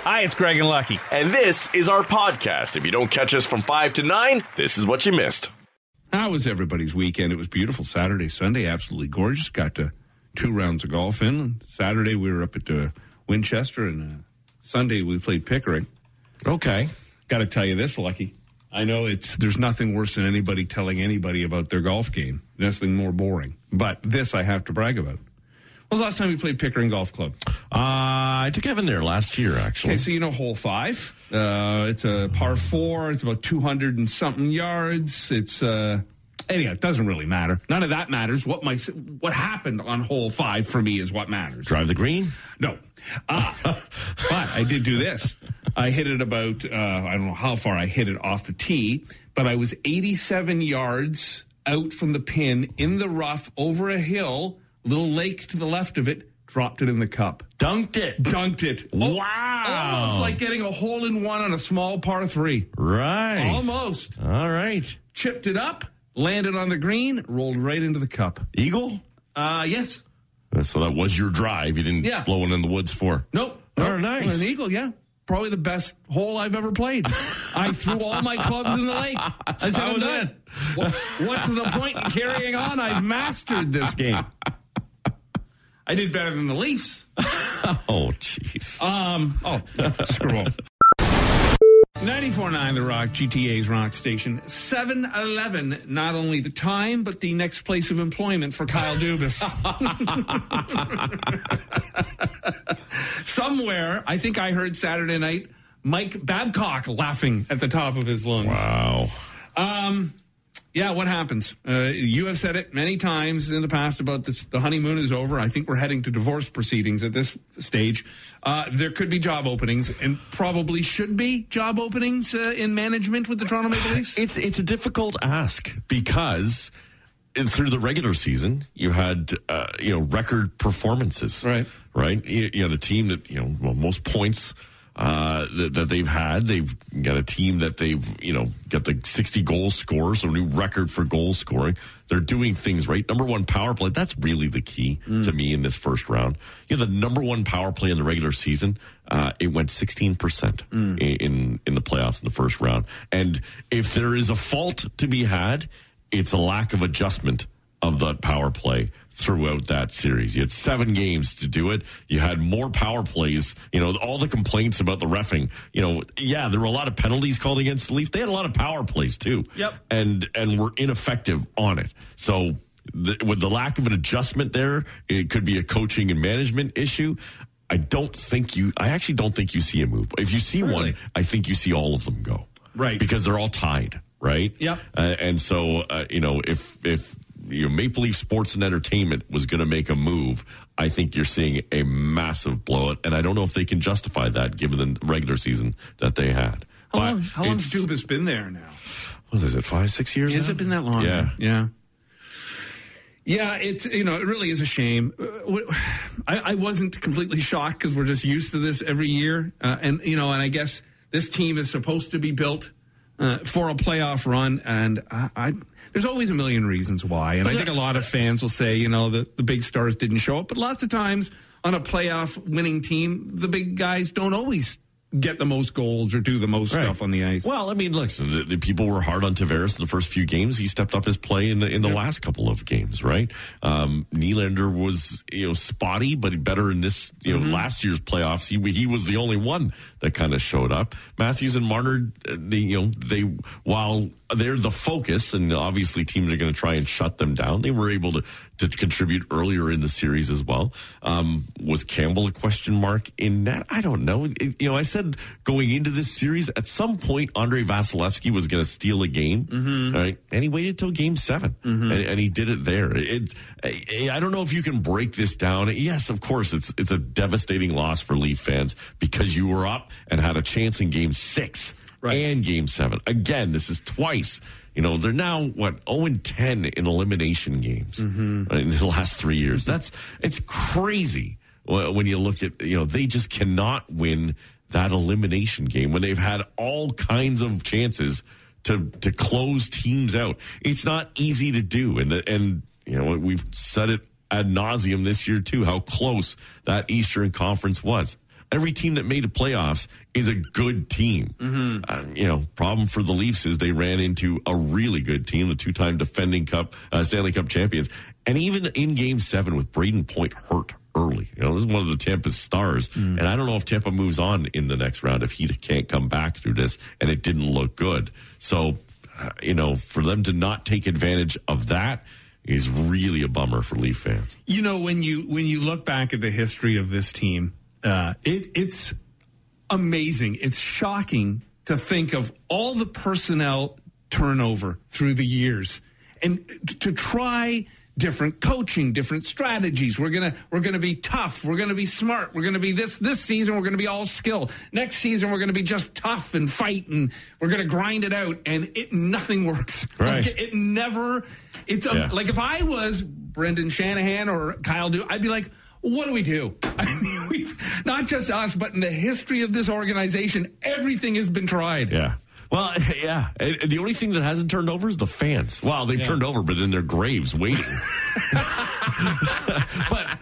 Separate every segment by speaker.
Speaker 1: Hi, it's Greg and Lucky.
Speaker 2: And this is our podcast. If you don't catch us from 5 to 9, this is what you missed.
Speaker 3: How was everybody's weekend? It was beautiful. Saturday, Sunday, absolutely gorgeous. Got to two rounds of golf in. Saturday, we were up at uh, Winchester, and uh, Sunday, we played Pickering.
Speaker 4: Okay.
Speaker 3: Got to tell you this, Lucky. I know it's there's nothing worse than anybody telling anybody about their golf game. Nothing more boring. But this I have to brag about. When was the last time you played Pickering Golf Club?
Speaker 4: Uh, I took Evan there last year, actually.
Speaker 3: Okay, so you know hole five. Uh, it's a par four. It's about 200 and something yards. It's, uh, anyhow, it doesn't really matter. None of that matters. What my, what happened on hole five for me is what matters.
Speaker 4: Drive the green.
Speaker 3: No. Uh, but I did do this. I hit it about, uh, I don't know how far I hit it off the tee, but I was 87 yards out from the pin in the rough over a hill, little lake to the left of it, dropped it in the cup
Speaker 4: Dunked it.
Speaker 3: dunked it.
Speaker 4: Oh, Wow.
Speaker 3: Almost like getting a hole in one on a small par three.
Speaker 4: Right.
Speaker 3: Almost.
Speaker 4: All right.
Speaker 3: Chipped it up, landed on the green, rolled right into the cup.
Speaker 4: Eagle?
Speaker 3: Uh, yes.
Speaker 4: So that was your drive. You didn't
Speaker 3: Yeah.
Speaker 4: blow one in the woods for.
Speaker 3: Nope.
Speaker 4: Oh,
Speaker 3: Nope.
Speaker 4: nice.
Speaker 3: An eagle, yeah. Probably the best hole I've ever played. I threw all my clubs in the lake. I said, I'm
Speaker 4: was
Speaker 3: done. Wha- What's the point in carrying on? I've mastered this game. I did better than the Leafs.
Speaker 4: Oh, jeez.
Speaker 3: Um, oh, screw 'em. 94.9 The Rock, GTA's rock station. 7-Eleven, not only the time, but the next place of employment for Kyle Dubas. Somewhere, I think I heard Saturday night, Mike Babcock laughing at the top of his lungs.
Speaker 4: wow.
Speaker 3: Um, yeah, what happens? Uh, you have said it many times in the past about this. The honeymoon is over. I think we're heading to divorce proceedings at this stage. Uh, there could be job openings, and probably should be job openings uh, in management with the Toronto Maple Leafs.
Speaker 4: It's it's a difficult ask because uh, through the regular season you had uh, you know record performances,
Speaker 3: Right.
Speaker 4: Right. You, you had a team that you know well, most points uh, that, that they've had. They've got a team that they've you know got the sixty goal scorer, so new record for goal scoring. They're doing things right. Number one power play. That's really the key to me in this first round. You know, the number one power play in the regular season. Uh, it went sixteen percent in in the playoffs in the first round. And if there is a fault to be had, it's a lack of adjustment of that power play throughout that series. You had seven games to do it. You had more power plays. You know, all the complaints about the refing, you know, yeah, there were a lot of penalties called against the Leafs. They had a lot of power plays too.
Speaker 3: Yep.
Speaker 4: And and were ineffective on it. So the, with the lack of an adjustment there, it could be a coaching and management issue. I don't think you I actually don't think you see a move. If you see
Speaker 3: Really?
Speaker 4: one, I think you see all of them go.
Speaker 3: Right.
Speaker 4: Because they're all tied, right?
Speaker 3: Yep.
Speaker 4: Uh, and so, uh, you know, if if you know, Maple Leaf Sports and Entertainment was going to make a move, I think you're seeing a massive blowout, and I don't know if they can justify that given the regular season that they had.
Speaker 3: how long, how long's
Speaker 4: it's-
Speaker 3: Dubas been there now?
Speaker 4: What is it? Five, six years?
Speaker 3: Has
Speaker 4: now?
Speaker 3: it been that long?
Speaker 4: Yeah.
Speaker 3: Yeah. Yeah, it's you know it really is a shame. Uh, w- I, I wasn't completely shocked because we're just used to this every year, uh, and you know, and I guess this team is supposed to be built uh, for a playoff run, and I, I there's always a million reasons why, and I think a lot of fans will say you know the the big stars didn't show up, but lots of times on a playoff winning team, the big guys don't always get the most goals or do the most
Speaker 4: Right.
Speaker 3: stuff on the ice.
Speaker 4: Well, I mean, look, so the, the people were hard on Tavares in the first few games. He stepped up his play in the in the last couple of games, right? Um, Nylander was you know spotty, but better in this you
Speaker 3: Mm-hmm.
Speaker 4: know last year's playoffs. He he was the only one that kind of showed up. Matthews and Marner, uh, they, you know, they while they're the focus, and obviously teams are going to try and shut them down. They were able to to contribute earlier in the series as well. Um, was Campbell a question mark in that? I don't know. It- you know, I said going into this series, at some point Andre Vasilevsky was going to steal a game, all right? And he waited till Game 7 and, and he did it there. It's I I don't know if you can break this down. Yes, of course, it's it's a devastating loss for Leaf fans because you were up and had a chance in Game Six
Speaker 3: Right.
Speaker 4: and Game Seven. Again, this is twice. You know, they're now what zero and ten in elimination games in the last three years. That's it's crazy wh- when you look at you know they just cannot win that elimination game when they've had all kinds of chances to to close teams out. It's not easy to do, and the, and you know we've said it ad nauseum this year too how close that Eastern Conference was. Every team that made the playoffs is a good team. Uh, you know, problem for the Leafs is they ran into a really good team, the two-time defending Cup uh, Stanley Cup champions, and even in Game Seven with Braden Point hurt early. You know, this is one of the Tampa's stars, and I don't know if Tampa moves on in the next round if he can't come back through this, and it didn't look good. So, uh, you know, for them to not take advantage of that is really a bummer for Leaf fans.
Speaker 3: You know, when you when you look back at the history of this team, uh, it, it's amazing. It's shocking to think of all the personnel turnover through the years, and t- to try different coaching, different strategies. We're gonna we're gonna be tough. We're gonna be smart. We're gonna be this this season. We're gonna be all skill. Next season, we're gonna be just tough and fight, and we're gonna grind it out. And it nothing works.
Speaker 4: Right.
Speaker 3: Like, it never. It's a,
Speaker 4: Yeah.
Speaker 3: like if I was Brendan Shanahan or Kyle Do, I'd be like, what do we do? I mean, we've not just us, but in the history of this organization, everything has been tried.
Speaker 4: Yeah. Well, yeah. And- and the only thing that hasn't turned over is the fans. Wow, they turned over, but in their graves waiting. but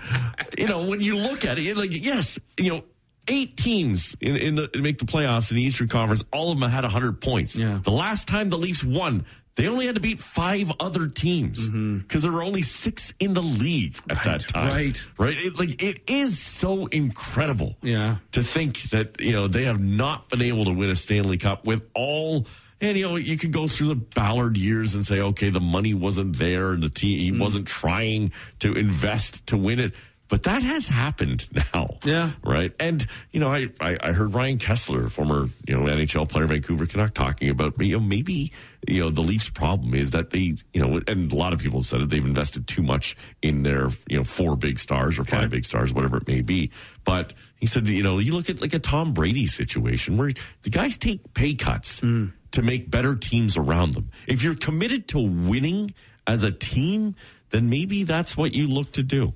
Speaker 4: you know, when you look at it, like yes, you know, eight teams in, in the make the playoffs in the Eastern Conference. All of them had hundred points.
Speaker 3: Yeah.
Speaker 4: The last time the Leafs won. They only had to beat five other teams because there were only six in the league at that time.
Speaker 3: Mm-hmm. right.
Speaker 4: right. It, like it is so incredible
Speaker 3: Yeah.
Speaker 4: to think that you know they have not been able to win a Stanley Cup with all. And you know you could go through the Ballard years and say, okay, the money wasn't there, and the team he wasn't trying to invest to win it. But that has happened now.
Speaker 3: Yeah.
Speaker 4: Right. And, you know, I, I, I heard Ryan Kessler, former, you know, NHL player, Vancouver Canuck, talking about, you know, maybe, you know, the Leafs problem is that they, you know, and a lot of people have said it, they've invested too much in their, you know, four big stars or five big stars, whatever it may be. But he said, you know, you look at like a Tom Brady situation where the guys take pay cuts to make better teams around them. If you're committed to winning as a team, then maybe that's what you look to do.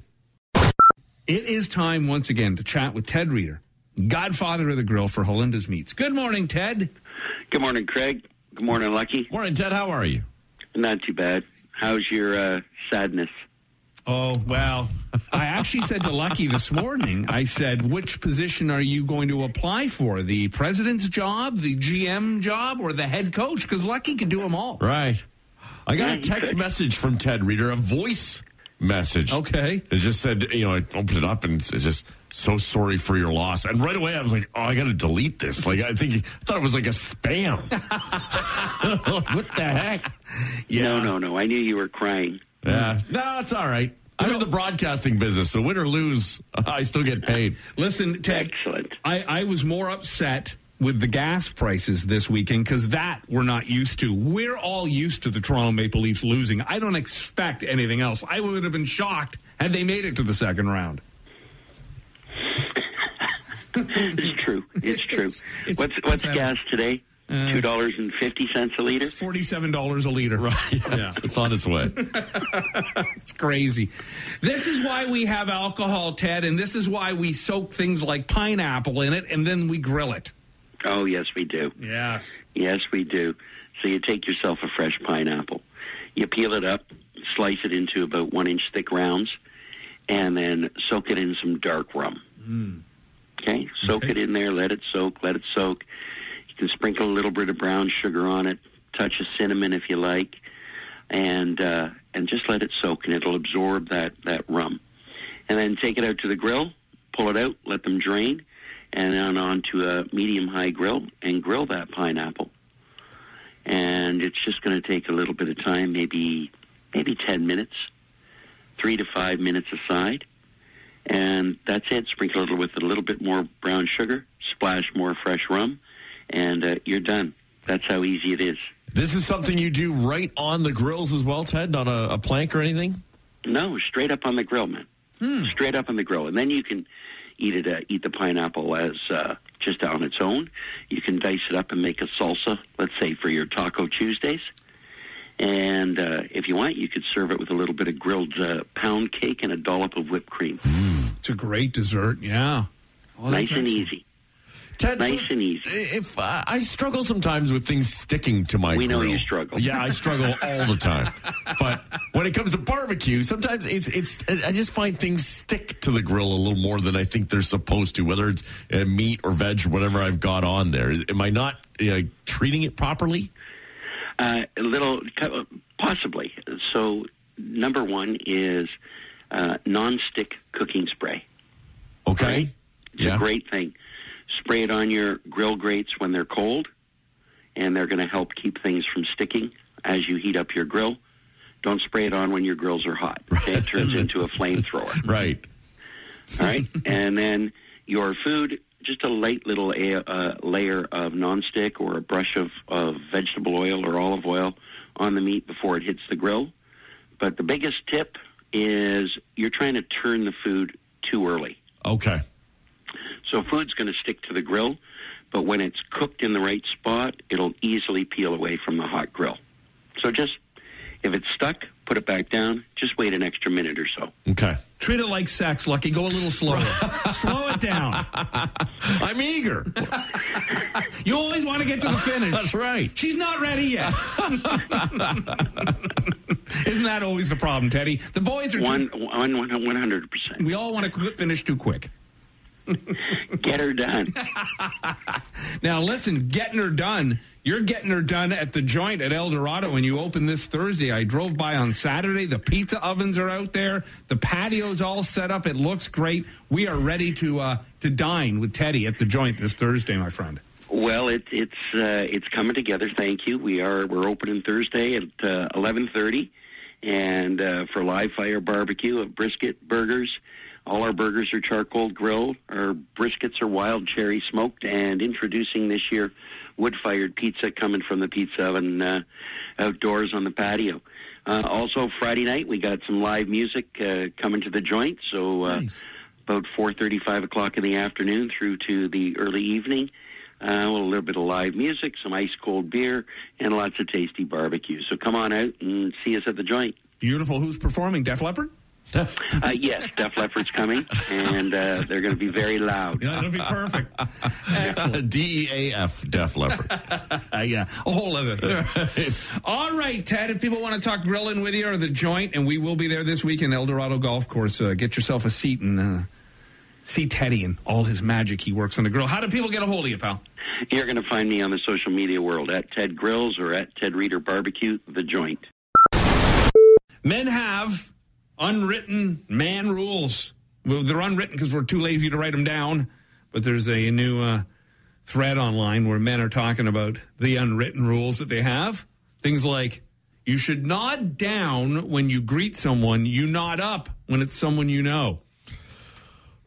Speaker 3: It is time once again to chat with Ted Reeder, godfather of the grill for Holinda's Meats. Good morning, Ted.
Speaker 1: Good morning, Craig. Good morning, Lucky.
Speaker 4: Morning, Ted. How are you?
Speaker 1: Not too bad. How's your uh, sadness?
Speaker 3: Oh, well, I actually said to Lucky this morning, I said, which position are you going to apply for? The president's job, the GM job, or the head coach? Because Lucky could do them all.
Speaker 4: Right. I got a
Speaker 1: Right.
Speaker 4: text message from Ted Reader, a voice message.
Speaker 3: Okay.
Speaker 4: It just said, you know, I opened it up and it's just so sorry for your loss. And right away I was like, oh, I got to delete this. Like, I think, I thought it was like a spam. what the heck?
Speaker 1: No, no, no. I knew you were crying.
Speaker 4: Yeah. No, it's all right. I'm in the broadcasting business, so win or lose, I still get paid.
Speaker 3: Listen, Ted,
Speaker 1: Excellent.
Speaker 3: I, I was more upset with the gas prices this weekend because that we're not used to. We're all used to the Toronto Maple Leafs losing. I don't expect anything else. I would have been shocked had they made it to the second round.
Speaker 1: It's true. It's true.
Speaker 3: It's- it's
Speaker 1: what's what's
Speaker 3: pathetic.
Speaker 1: gas today? Two dollars and fifty cents a liter.
Speaker 3: $47 a liter. Yeah.
Speaker 4: It's on its way.
Speaker 3: It's crazy. This is why we have alcohol, Ted, and this is why we soak things like pineapple in it and then we grill it.
Speaker 1: Oh yes, we do.
Speaker 3: Yes.
Speaker 1: Yes, we do. So you take yourself a fresh pineapple, you peel it up, slice it into about one inch thick rounds, and then soak it in some dark rum. Okay, soak it in there, let it soak, let it soak. You can sprinkle a little bit of brown sugar on it, touch of cinnamon if you like, and uh, and just let it soak, and it'll absorb that that rum. And then take it out to the grill, pull it out, let them drain, and then onto a medium high grill and grill that pineapple. And it's just going to take a little bit of time, maybe maybe 10 minutes, 3 to 5 minutes aside. And that's it. Sprinkle it with a little bit more brown sugar, splash more fresh rum, and uh, you're done. That's how easy it is.
Speaker 4: This is something you do right on the grills as well, Ted, not a, a plank or anything?
Speaker 1: No, straight up on the grill, man.
Speaker 3: Hmm.
Speaker 1: Straight up on the grill, and then you can eat it. Uh, eat the pineapple as uh, just on its own. You can dice it up and make a salsa. Let's say for your Taco Tuesdays. And uh, if you want, you could serve it with a little bit of grilled uh, pound cake and a dollop of whipped cream.
Speaker 3: It's a great dessert. Yeah. Hmm. Oh, that's
Speaker 1: nice and
Speaker 3: excellent.
Speaker 1: easy.
Speaker 4: Ted,
Speaker 1: Nice
Speaker 4: so
Speaker 1: and easy.
Speaker 4: If uh, I struggle sometimes with things sticking to my
Speaker 1: We know
Speaker 4: grill.
Speaker 1: you struggle.
Speaker 4: Yeah, I struggle all the time. But when it comes to barbecue, sometimes it's it's I just find things stick to the grill a little more than I think they're supposed to. Whether it's uh, meat or veg or whatever I've got on there, am I not uh, treating it properly?
Speaker 1: Uh, a little, possibly. So, number one is uh, non-stick cooking spray.
Speaker 4: Okay.
Speaker 1: Right. It's
Speaker 4: Yeah.
Speaker 1: a great thing. Spray it on your grill grates when they're cold, and they're going to help keep things from sticking as you heat up your grill. Don't spray it on when your grills are hot. It turns into a flamethrower.
Speaker 4: Right.
Speaker 1: All right, and then your food, just a light little a- uh, layer of nonstick or a brush of, of vegetable oil or olive oil on the meat before it hits the grill. But the biggest tip is you're trying to turn the food too early.
Speaker 4: Okay.
Speaker 1: So food's going to stick to the grill, but when it's cooked in the right spot, it'll easily peel away from the hot grill. So just if it's stuck, put it back down. Just wait an extra minute or so.
Speaker 4: Okay.
Speaker 3: Treat it like sex, Lucky. Go a little slower. Slow it down.
Speaker 4: I'm eager.
Speaker 3: You always want to get to the finish.
Speaker 4: That's right.
Speaker 3: She's not ready yet. Isn't that always the problem, Teddy? The boys are too-
Speaker 1: One, one, one hundred percent.
Speaker 3: we all want to qu- finish too quick.
Speaker 1: Get her done.
Speaker 3: Now, listen, getting her done. You're getting her done at the joint at El Dorado when you open this Thursday. I drove by on Saturday. The pizza ovens are out there. The patio's all set up. It looks great. We are ready to uh, to dine with Teddy at the joint this Thursday, my friend.
Speaker 1: Well, it, it's uh, it's coming together. Thank you. We are we're opening Thursday at uh, eleven thirty, and uh, for live fire barbecue of brisket burgers. All our burgers are charcoal grilled. Our briskets are wild cherry smoked. And introducing this year, wood fired pizza coming from the pizza oven uh, outdoors on the patio. Uh, also Friday night we got some live music uh, coming to the joint. So uh, about four thirty five o'clock in the afternoon through to the early evening. Uh, with a little bit of live music, some ice cold beer, and lots of tasty barbecue. So come on out and see us at the joint.
Speaker 3: Beautiful. Who's performing? Def Leppard?
Speaker 1: Uh, yes, Def Leppard's coming, and uh, they're going to be very loud.
Speaker 3: Yeah, it'll be perfect.
Speaker 4: D E A F Def Leppard.
Speaker 3: Uh, yeah, a whole other thing. All right, Ted, if people want to talk grilling with you or the joint, and we will be there this week in El Dorado Golf Course, uh, get yourself a seat and uh, see Teddy and all his magic he works on the grill. How do people get a hold of you, pal?
Speaker 1: You're going to find me on the social media world at Ted Grills or at Ted Reader Barbecue, the joint.
Speaker 3: Men have unwritten man rules. Well, they're unwritten because we're too lazy to write them down, but there's a new uh, thread online where men are talking about the unwritten rules that they have. Things like you should nod down when you greet someone, you nod up when it's someone you know.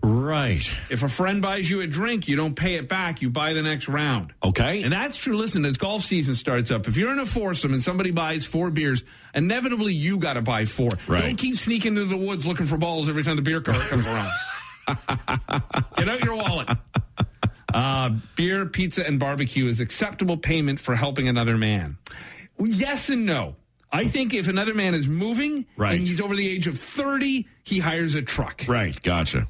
Speaker 4: Right.
Speaker 3: If a friend buys you a drink, you don't pay it back, you buy the next round.
Speaker 4: Okay.
Speaker 3: And that's true. Listen, as golf season starts up, if you're in a foursome and somebody buys four beers, inevitably you got to buy four.
Speaker 4: Right.
Speaker 3: Don't keep sneaking into the woods looking for balls every time the beer cart comes around. Get out your wallet. Uh, beer, pizza, and barbecue is acceptable payment for helping another man. Yes and no. I think if another man is moving
Speaker 4: Right.
Speaker 3: and he's over the age of 30, he hires a truck.
Speaker 4: Right. Gotcha.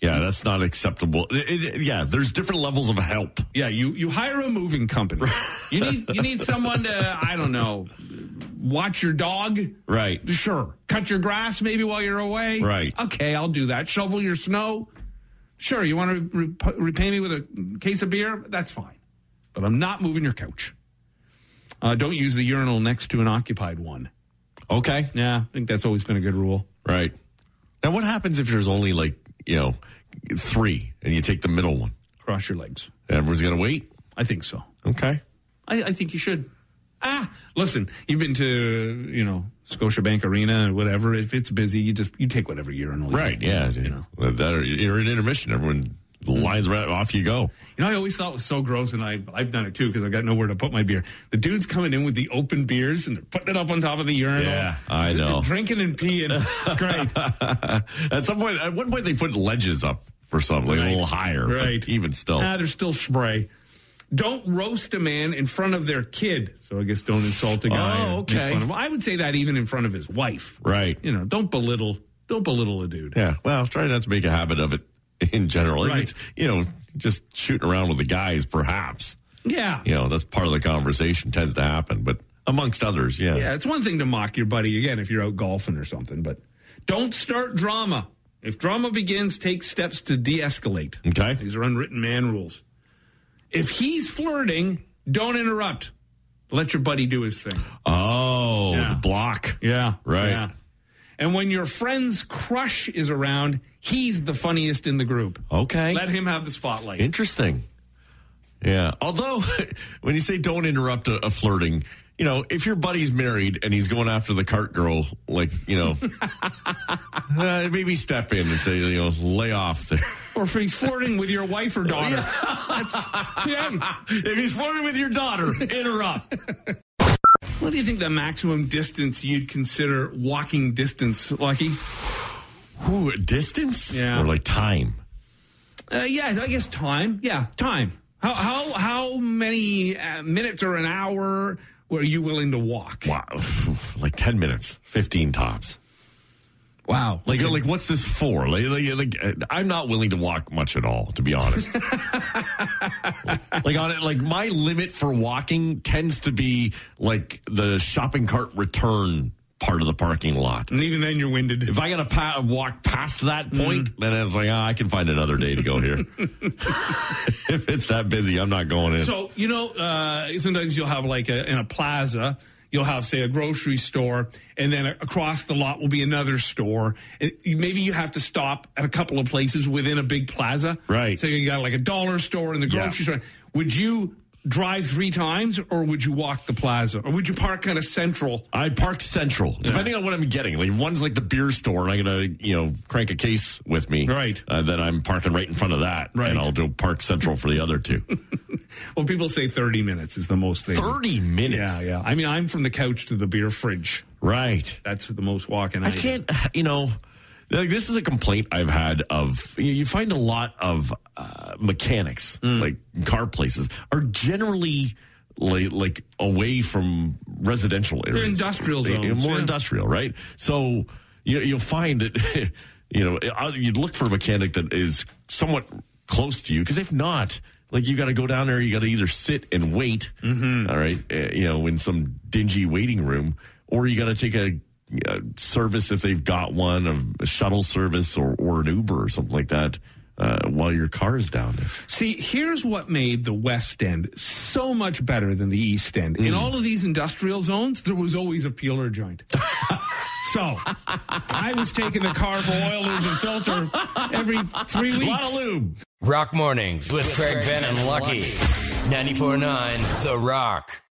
Speaker 4: Yeah, that's not acceptable. It- it- yeah, there's different levels of help.
Speaker 3: Yeah, you you hire a moving company. You need you need someone to I don't know, watch your dog.
Speaker 4: Right.
Speaker 3: Sure. Cut your grass maybe while you're away.
Speaker 4: Right.
Speaker 3: Okay, I'll do that. Shovel your snow. Sure. You want to rep- repay me with a case of beer? That's fine. But I'm not moving your couch. Uh, don't use the urinal next to an occupied one.
Speaker 4: Okay.
Speaker 3: Yeah, I think that's always been a good rule.
Speaker 4: Right. Now, what happens if there's only like, you know, three and you take the middle one?
Speaker 3: Cross your legs.
Speaker 4: Everyone's going to wait?
Speaker 3: I think so.
Speaker 4: Okay.
Speaker 3: I, I think you should. Ah, listen, you've been to you know Scotiabank Arena or whatever. If it's busy, you just you take whatever urinal. you
Speaker 4: Right.
Speaker 3: can,
Speaker 4: Yeah.
Speaker 3: You know.
Speaker 4: That or you're in intermission. Everyone lines right off you go.
Speaker 3: You know, I always thought it was so gross, and I I've done it too because I got nowhere to put my beer. The dude's coming in with the open beers and they're putting it up on top of the urinal.
Speaker 4: Yeah, I
Speaker 3: They're
Speaker 4: know.
Speaker 3: Drinking and peeing. It's great.
Speaker 4: At some point, at one point, they put ledges up for something like a
Speaker 3: Right.
Speaker 4: little higher. but
Speaker 3: Right.
Speaker 4: Even still.
Speaker 3: ah, there's still spray. Don't roast a man in front of their kid. So I guess don't insult a guy.
Speaker 4: Oh,
Speaker 3: or make
Speaker 4: okay.
Speaker 3: fun of- I would say that even in front of his wife.
Speaker 4: Right.
Speaker 3: You know, don't belittle. Don't belittle a dude.
Speaker 4: Yeah. Well, try not to make a habit of it in general. If
Speaker 3: Right.
Speaker 4: it's, you know, just shooting around with the guys, perhaps.
Speaker 3: Yeah.
Speaker 4: You know, that's part of the conversation tends to happen, but amongst others, yeah.
Speaker 3: Yeah, it's one thing to mock your buddy again if you're out golfing or something, but don't start drama. If drama begins, take steps to de escalate.
Speaker 4: Okay.
Speaker 3: These are unwritten man rules. If he's flirting, don't interrupt. Let your buddy do his thing.
Speaker 4: Oh,
Speaker 3: Yeah.
Speaker 4: the block.
Speaker 3: Yeah.
Speaker 4: Right.
Speaker 3: Yeah. And when your friend's crush is around, he's the funniest in the group.
Speaker 4: Okay.
Speaker 3: Let him have the spotlight.
Speaker 4: Interesting. Yeah. Although, when you say don't interrupt a, a flirting, you know, if your buddy's married and he's going after the cart girl, like, you know, uh, maybe step in and say, you know, lay off there.
Speaker 3: or if he's flirting with your wife or daughter, that's to him.
Speaker 4: if he's flirting with your daughter, interrupt.
Speaker 3: What do you think the maximum distance you'd consider walking distance, Lucky?
Speaker 4: Ooh, distance?
Speaker 3: Yeah.
Speaker 4: Or like time?
Speaker 3: Uh, yeah, I guess time. Yeah, time. How how how many uh, minutes or an hour were you willing to walk?
Speaker 4: Wow. like 10 minutes, 15 tops.
Speaker 3: Wow.
Speaker 4: Like, like, what's this for? Like, like, like, uh, I'm not willing to walk much at all, to be honest. like on it, like my limit for walking tends to be like the shopping cart return part of the parking lot.
Speaker 3: And even then, you're winded.
Speaker 4: If I gotta pa- walk past that point, then I was like, ah, I can find another day to go here. if it's that busy, I'm not going in.
Speaker 3: So you know, uh, sometimes you'll have like a, in a plaza, you'll have say a grocery store, and then across the lot will be another store. And you- maybe you have to stop at a couple of places within a big plaza.
Speaker 4: Right.
Speaker 3: So you got like a dollar store and the grocery store. Would you drive three times, or would you walk the plaza, or would you park kind of central?
Speaker 4: I parked central, depending on what I'm getting. Like one's like the beer store, and I'm gonna you know crank a case with me,
Speaker 3: Right.
Speaker 4: Uh, then I'm parking right in front of that,
Speaker 3: Right.
Speaker 4: And I'll do park central for the other two.
Speaker 3: Well, people say thirty minutes is the most they.
Speaker 4: Thirty minutes,
Speaker 3: Yeah, yeah. I mean, I'm from the couch to the beer fridge.
Speaker 4: right?
Speaker 3: That's the most walking I,
Speaker 4: I
Speaker 3: do.
Speaker 4: can't, you know. Like this is a complaint I've had of you, you find a lot of uh, mechanics
Speaker 3: Mm.
Speaker 4: like car places are generally like, like away from residential areas,
Speaker 3: industrial
Speaker 4: They-
Speaker 3: zones,
Speaker 4: more
Speaker 3: yeah.
Speaker 4: industrial, right? So you, you'll find that you know uh, you'd look for a mechanic that is somewhat close to you because if not. Like you got to go down there. You got to either sit and wait,
Speaker 3: Mm-hmm.
Speaker 4: all right, uh, you know, in some dingy waiting room, or you got to take a, uh service if they've got one, of a shuttle service or, or an Uber or something like that, uh, while your car is down there.
Speaker 3: See, here's what made the West End so much better than the East End. In all of these industrial zones, there was always a peeler joint. so I was taking the car for oilers and filter every three
Speaker 4: A lot of
Speaker 3: weeks.
Speaker 4: lube.
Speaker 5: Rock Mornings with Craig Ben and Lucky. 94.9 The Rock.